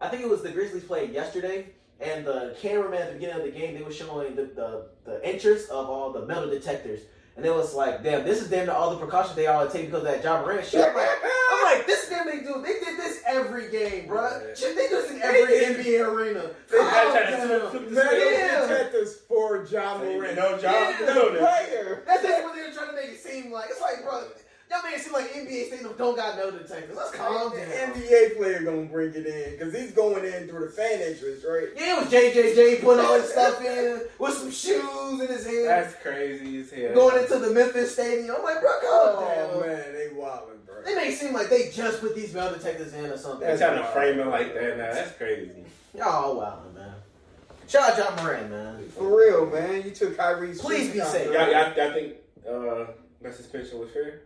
I think it was the Grizzlies played yesterday, and the cameraman at the beginning of the game they were showing the the, the interest of all the metal detectors. And it was like, damn, this is damn near all the precautions they all take because of that John Morant shit. I'm like, I'm like, this is damn they do. They did this every game, bruh. Shit, They do this in every NBA arena. They Oh, damn. Metal Yeah. detectors for John Moran. No job. Yeah. The player. That's just what they're trying to make it seem like. It's like, bro, Y'all made it seem like NBA stadiums don't got no detectives. Let's calm the down. NBA player gonna bring it in because he's going in through the fan entrance, right? Yeah, it was JJJ putting all his stuff in with some shoes in his hand, That's crazy as hell. going into the Memphis Stadium. I'm like, bro, calm Oh down. man, they wildin', bro. They make it seem like they just put these metal detectors in or something. They're trying to frame it like that now. That's crazy. Y'all wild, man. Shout out John Moran, man. For real, man. You took Kyrie's. Please be shoes safe. out, Y'all, bro. y'all, y'all think uh, that suspension was fair?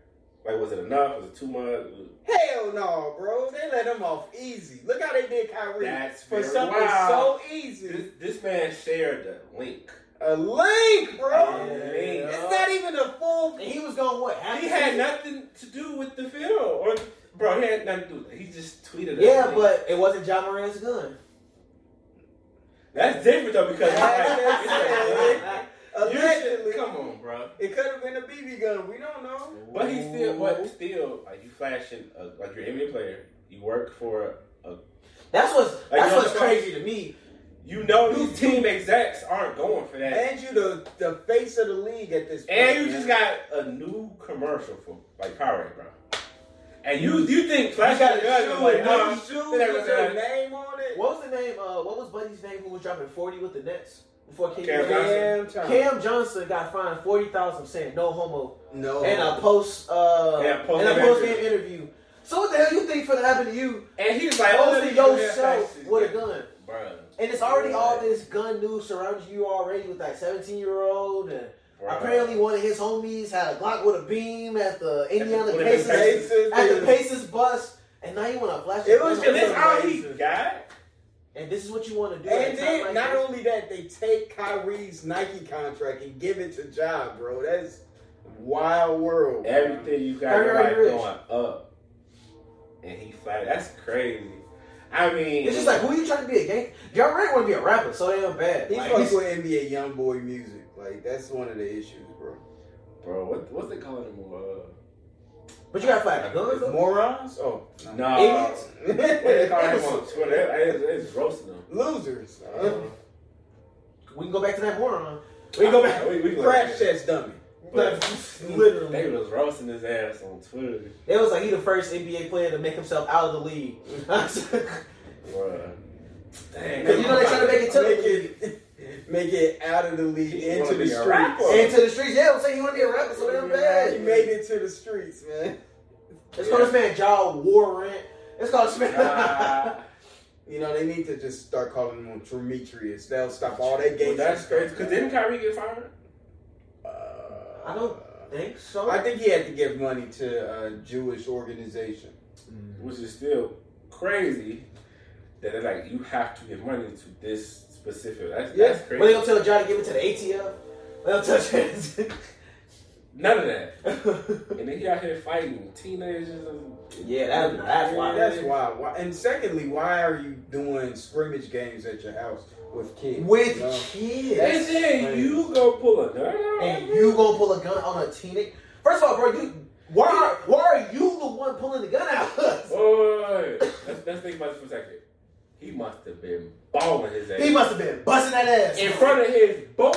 Like, was it enough? Was it too much? Hell no, bro. They let him off easy. Look how they did Kyrie That's for very something so wild. easy. This, this man shared the link. A link, bro. Yeah. It's not even a full. And he was going what? half He the had season? nothing to do with the film, or bro, he had nothing to do. With it. He just tweeted. Yeah, it. but it wasn't John Moran's gun. that's different though because it's like, it's like, you Allegedly, should- come on, bro. it could have been a BB gun. We don't know. But he still, but still, like you flashing, uh, like you're an NBA player. You work for, That's what's that's you know, what's crazy to me. you know, these team execs aren't going for that. And you the the face of the league at this point. And you man. just got a new commercial for like Powerade, bro. And you you think Flash got a gun? shoes, I'm Like, um, no nah. shoes They never with your said- name on it. What was the name? Uh, what was Buddy's name who was dropping forty with the Nets before King? Cam Johnson? Damn time. Cam Johnson got fined forty thousand saying no homo no. in a post uh Yeah, post- in a post game interview. So what the hell you think finna happen to you And he's like, oh, posting yourself with a gun? bro. And it's already all this gun news surrounds you already with that seventeen year old and apparently one of his homies had a Glock with a beam at the Indiana one of his Pacers Pacers. at the Pacers bus and now you wanna flash It your was gun And on just- that's somebody. all he got. and this is what you wanna do. at And a time then like not this? only that, they take Kyrie's Nike contract and give it to John, bro. That's wild world. bro. Everything you got Very, your life very rich. going up, and he flat. That's crazy. I mean, It's just like, who you trying to be a gang? John Morant want to be a rapper so damn bad. He Like, fucks with NBA YoungBoy music. Like that's one of the issues, bro. bro, what, what's they calling him? Uh, but you got to fight guns. though. Morons? Oh, Nah. Idiots? what they calling him on Twitter? It's, it's roasting him. Losers. We can go back to that moron. we go back. We, we go Crash back. test dummy. But- Literally, They was roasting his ass on Twitter. it was like he the first NBA player to make himself out of the league. Because Bruh. Dang. you know they trying to make it to the Make league. it, make it out of the league He into wanna the be a rapper. streets. Into the streets, yeah, I'm saying he want to be a rapper so damn He bad. made it to the streets, man. It's called this man Ja Warrant. It's called this man. Ah. You know they need to just start calling him Demetrius. They'll stop all that Well, games. Uh, that's crazy. Cause didn't Kyrie get fired? I don't think so. I think he had to give money to a Jewish organization. Which is still crazy. That they're like, you have to give money to this specific. That's, Yeah. that's But they crazy. don't tell Ja to give it to the ATF. They don't tell None of that. Ja. And then he out here fighting teenagers. And, Yeah, that- that's Yeah, wild. That's why, why. And secondly, why are you doing scrimmage games at your house with kids? With You know? kids. And then you go pull a gun. And you gonna pull a gun on a teenage? First of all, bro, you why are, why are you the one pulling the gun out? of us? Boy, let's, let's think about this for a second. He must have been balling his ass. He must have been busting that ass In front of his boys?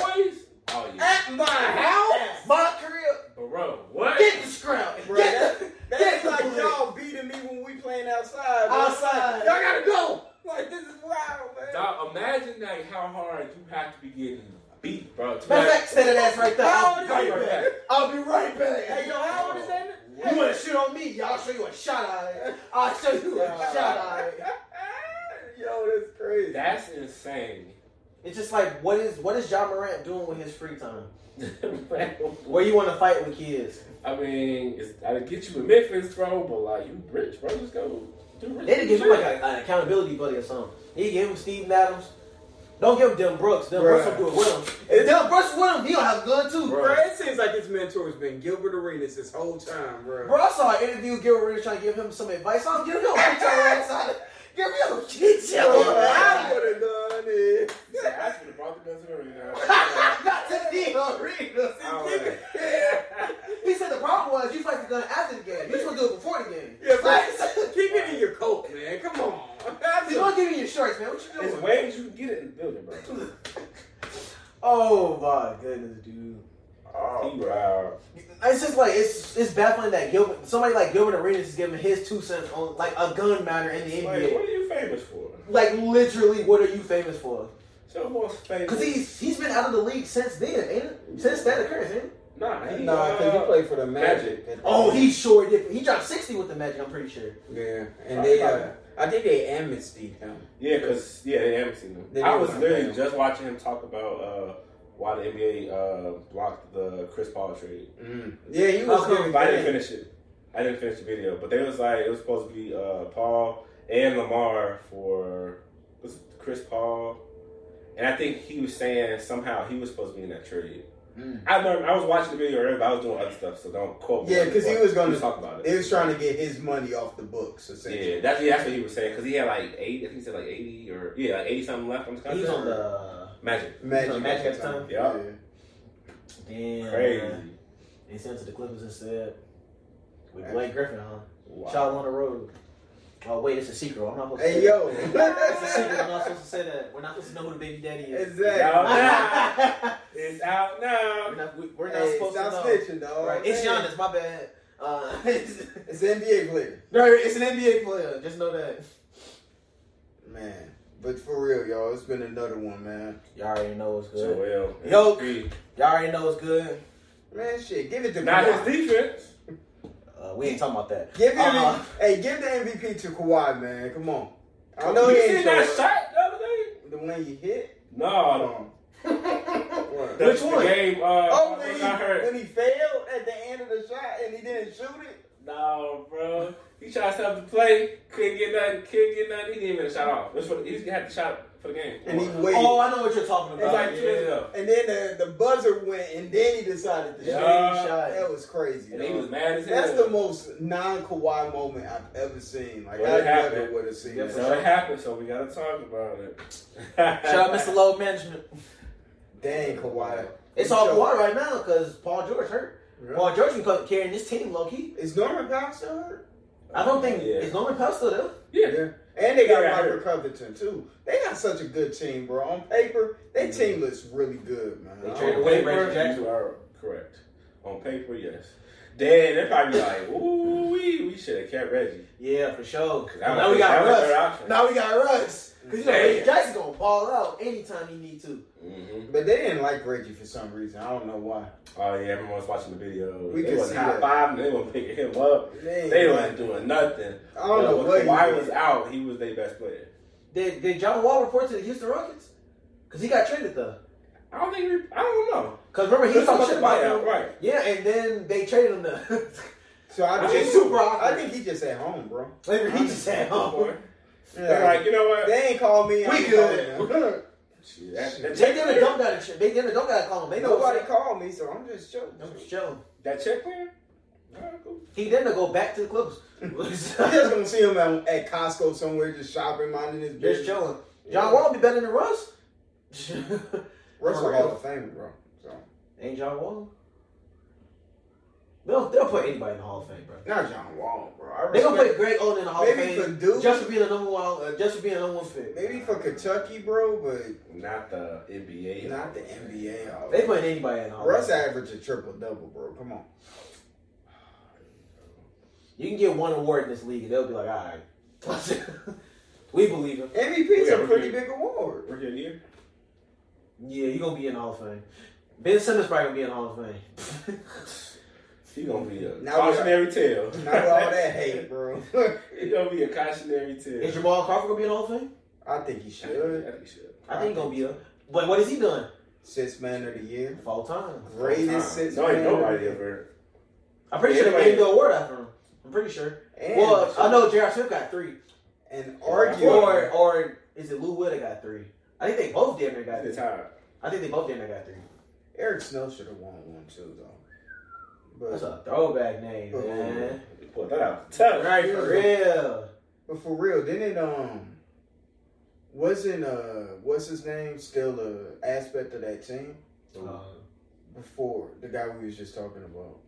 Oh, yeah. at my house, my career. Bro, what? Get the scrap. bro. Get That, the, get that's the like bullet. y'all beating me when we playing outside. bro. Outside. Y'all gotta go. Like this is wild, man. Dog, imagine like how hard you have to be getting beat, bro. to Matter of like- fact, say that ass right there. How I'll old be is right he, back. man? I'll be right back. Hey, yo, how old is that? You wanna shoot on me? Y'all show you a shot eye. I'll show you a shot eye. Yo, that's crazy. That's insane. It's just like what is what is John Morant doing with his free time? I Where you want to fight with kids? mean, it's, I get you in Memphis, bro, but like you rich, bro. Just go do rich. They didn't give him like a, an accountability buddy or something. He gave him Steven Adams. Don't give him Dylan Brooks. Dylan Brooks will Bruh. do it with him. If Dylan Brooks with him, he don't have a gun too. Bro, Bruh. Bro, it seems like his mentor's been Gilbert Arenas this whole time, bro. I saw an interview with Gilbert Arenas trying to give him some advice. I'm giving him a kick your ass out. Give me a kick your Bro, ass I out. would have done it. I should have brought the guns in Not to Dylan Arenas. He said the problem was you fight the gun after the game. You just want to do it before the game. Yeah, but keep it in your coat, man. Come on. You don't give me your shorts, man. What you There's doing? ways you can get it in the building, bro. Oh my goodness, dude. Oh, wow. It's just like it's it's baffling that Gilbert somebody like Gilbert Arenas is giving his two cents on like a gun matter in the NBA. Like, what are you famous for? Like literally, what are you famous for? So what's famous? Because he's he's been out of the league since then, ain't it? Since that occurrence, ain't it? nah, he, Nah, because he uh, played for the Magic. Oh, he sure did. He dropped sixty with the Magic. I'm pretty sure. Yeah, and they. Uh, I think they amnestied him. Yeah, because yeah, they haven't seen him. They I didn't was want literally him. just watching him talk about uh, why the NBA uh, blocked the Chris Paul trade. Mm. Yeah, he was. How come giving But I didn't credit. finish it. I didn't finish the video, but they was like it was supposed to be uh, Paul and Lamar for was it Chris Paul, and I think he was saying somehow he was supposed to be in that trade. Mm. I remember I was watching the video earlier, but I was doing other stuff, so don't quote me. Yeah, on it, 'cause he but was gonna- we talk about They it. was trying to get his money off the books, essentially. Yeah, that's, yeah, that's what he was saying because he had like eight. I think he said like eighty or yeah, like eighty something left on his contract. He's on the Magic. Magic, So Magic at the time? Yeah. damn. Crazy. They sent to the Clippers instead with Right. Blake Griffin, huh? Wow. Child on the road. Oh wait, it's a secret. I'm not supposed to. Hey say yo. that. It's a secret. I'm not supposed to say that. We're not supposed to know who the baby daddy is. exactly. It's out now. we're not, we, we're not Hey, supposed to know. stop snitching, dog. Right. It's Man. Giannis. My bad. Uh, it's, It's NBA player, no, it's an NBA player. Just know that. man. But for real, y'all, it's been another one, man. Y'all already know what's good. Joel. Yo. MVP. Y'all already know what's good. Man, shit, give it to Not Kawhi. his defense. Uh, we ain't talking about that. Give it, Uh-huh. Uh-uh. hey, give the MVP to Kawhi, man. Come on. I know you he seen ain't that Uh, showing up. shot the other day? the one you hit. No, I don't. Um, The- what? Which the one? game, uh, Oh, when when he, I heard. when he failed at the end of the shot and he didn't shoot it. No, bro. He tried to stop the play. Couldn't get nothing. Couldn't get nothing. He didn't even shot off. That's what he's had the shot for the game. And he It's waited. Oh, I know what you're talking about. like two yeah. minutes ago. and then the, the buzzer went, and then he decided to Yeah. shoot. Shady shot. That was crazy. And he dog. was mad as hell. That's the most non Kawhi moment I've ever seen. Like Well, I it never happened. would have seen Yeah, that. so it happened. So we gotta talk about it. Shout out Mr. Low Management. Dang Kawhi. It's all Kawhi right now because Paul George hurt. Really? Paul George been carrying this team low key. Is Norman Powell still hurt? I don't think Yeah. is Norman Powell still there. Yeah. And they got Yeah, I Robert Covington too. They got such a good team, bro. On paper, their team looks really good, man. Mm-hmm. They I traded don't- On away paper, Reggie Jackson. You are correct. On paper, yes. Then they're probably like, ooh, we, we should have kept Reggie. Yeah, for sure. That was- Now we got that was their Russ. option. Now we got Russ. Cause you know Hey. Reggie Jackson gonna ball out anytime he need to. Mhm. But they didn't like Reggie for some reason. I don't know why. Oh yeah, everyone was watching the video. We they could was see high that. five. They were picking him up. They, ain't They like- wasn't doing nothing. I don't uh, know what But when he Kawhi did. was out, he was their best player. Did did John Wall report to the Houston Rockets? Cause he got traded though. I don't think. We, I don't know. Cause remember he There's talked something shit about that, him. right? Yeah, and then they traded him to. So I, I think think super I awkward. think he just at home, bro. Later he just said, "Oh, They're like, you know what? they ain't call me. uh, We I ain't good. calling them. Shit, that, that, they check did a dump that shit. They did a dump that call him. They know Nobody what called me, so I'm just joking. I'm just chilling. that check clear? Alright, cool. He didn't go back to the Clippers. I'm just just gonna see him at, at Costco somewhere, just shopping, minding his business. chilling. John Wall be better than Russ. Russell For Hall of Fame, bro. So Ain't John Wall? They'll, they'll put anybody in the Hall of Fame, bro. not John Wall, bro. I They gonna respect- put Greg Oden in the Hall Maybe of for Fame Duke. just for being a number one, uh, just for being a number one fit. maybe for Kentucky, bro, but Not the NBA. not the NBA. Hall of They Fame. put anybody in the Hall. of Russ Fame. averaged a triple double, bro. Come on. You can get one award in this league, and they'll be like, all right, we believe him. MVP's Yeah, a pretty MVP. big award. Rookie of the year. Yeah, you gonna be in the Hall of Fame. Ben Simmons probably gonna be in the Hall of Fame. He gonna be a Now we- cautionary tale. Not with all that hate, bro. He gonna be a cautionary tale. Is Jamal Crawford gonna be in the Hall of Fame? I think he I think- I should. think he should. I think he's gonna be a. But what has he done? Sixth man of the year. Of all time. Greatest sixth No, man. ain't of the nobody year. ever. I'm pretty sure they Anybody- gave the award after him. I'm pretty sure. And, well, I know J.R. Smith got three. And Or arguably, or is it Lou Will that got three? I think they both damn near got It's three. hard. I think they both damn near got three. Eric Snow should have won one too, though. But That's a throwback name, Oh. man. Pull that out. Tough. Right, for real. But for real, didn't it um wasn't uh what's his name still a aspect of that team Uh, before the guy we was just talking about?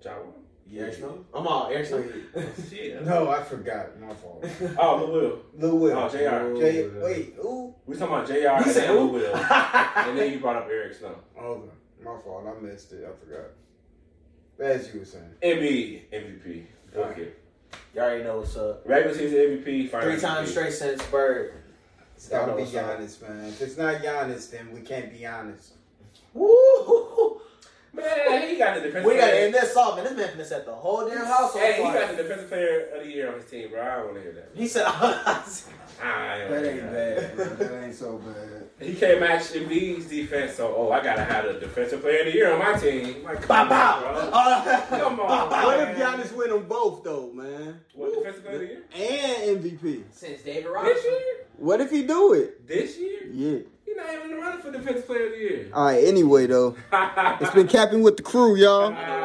John Wall. Eric Snow? I'm all Eric Snow. Shit. No, I forgot. My fault. Oh, Lil Will. Lil Will. Oh, JR. J- wait, who? We talking about JR You and said then Lil who? Will. And then you brought up Eric Snow. Oh, my fault. I missed it. I forgot. As you were saying. E. MB MVP. Okay. Y'all already know what's up. Regular season MVP. Final Three times MVP. straight since Bird. It's gotta Y'all be know what's up. Giannis, man. If it's not Giannis, then we can't be honest. Woo! Man, he got the defensive. We gotta player- end this off, man. This man finna set the whole damn house on Hey, he fire. got the defensive player of the year on his team, bro. I don't want to hear that. He said, I don't That wanna ain't hear bad, bro. That ain't so bad. He can't match Embiid's defense, so oh, I gotta have the defensive player of the year on my team. Like, "Bow come bow." on, Uh, bro. Come on. Bow, What man. if Giannis win them both though, man? What defensive player of the year? And MVP. Since David This Robinson. year? What if he do it? This year? Yeah. He's not even running for defensive player of the year. All right. Anyway, though, it's been capping with the crew, y'all.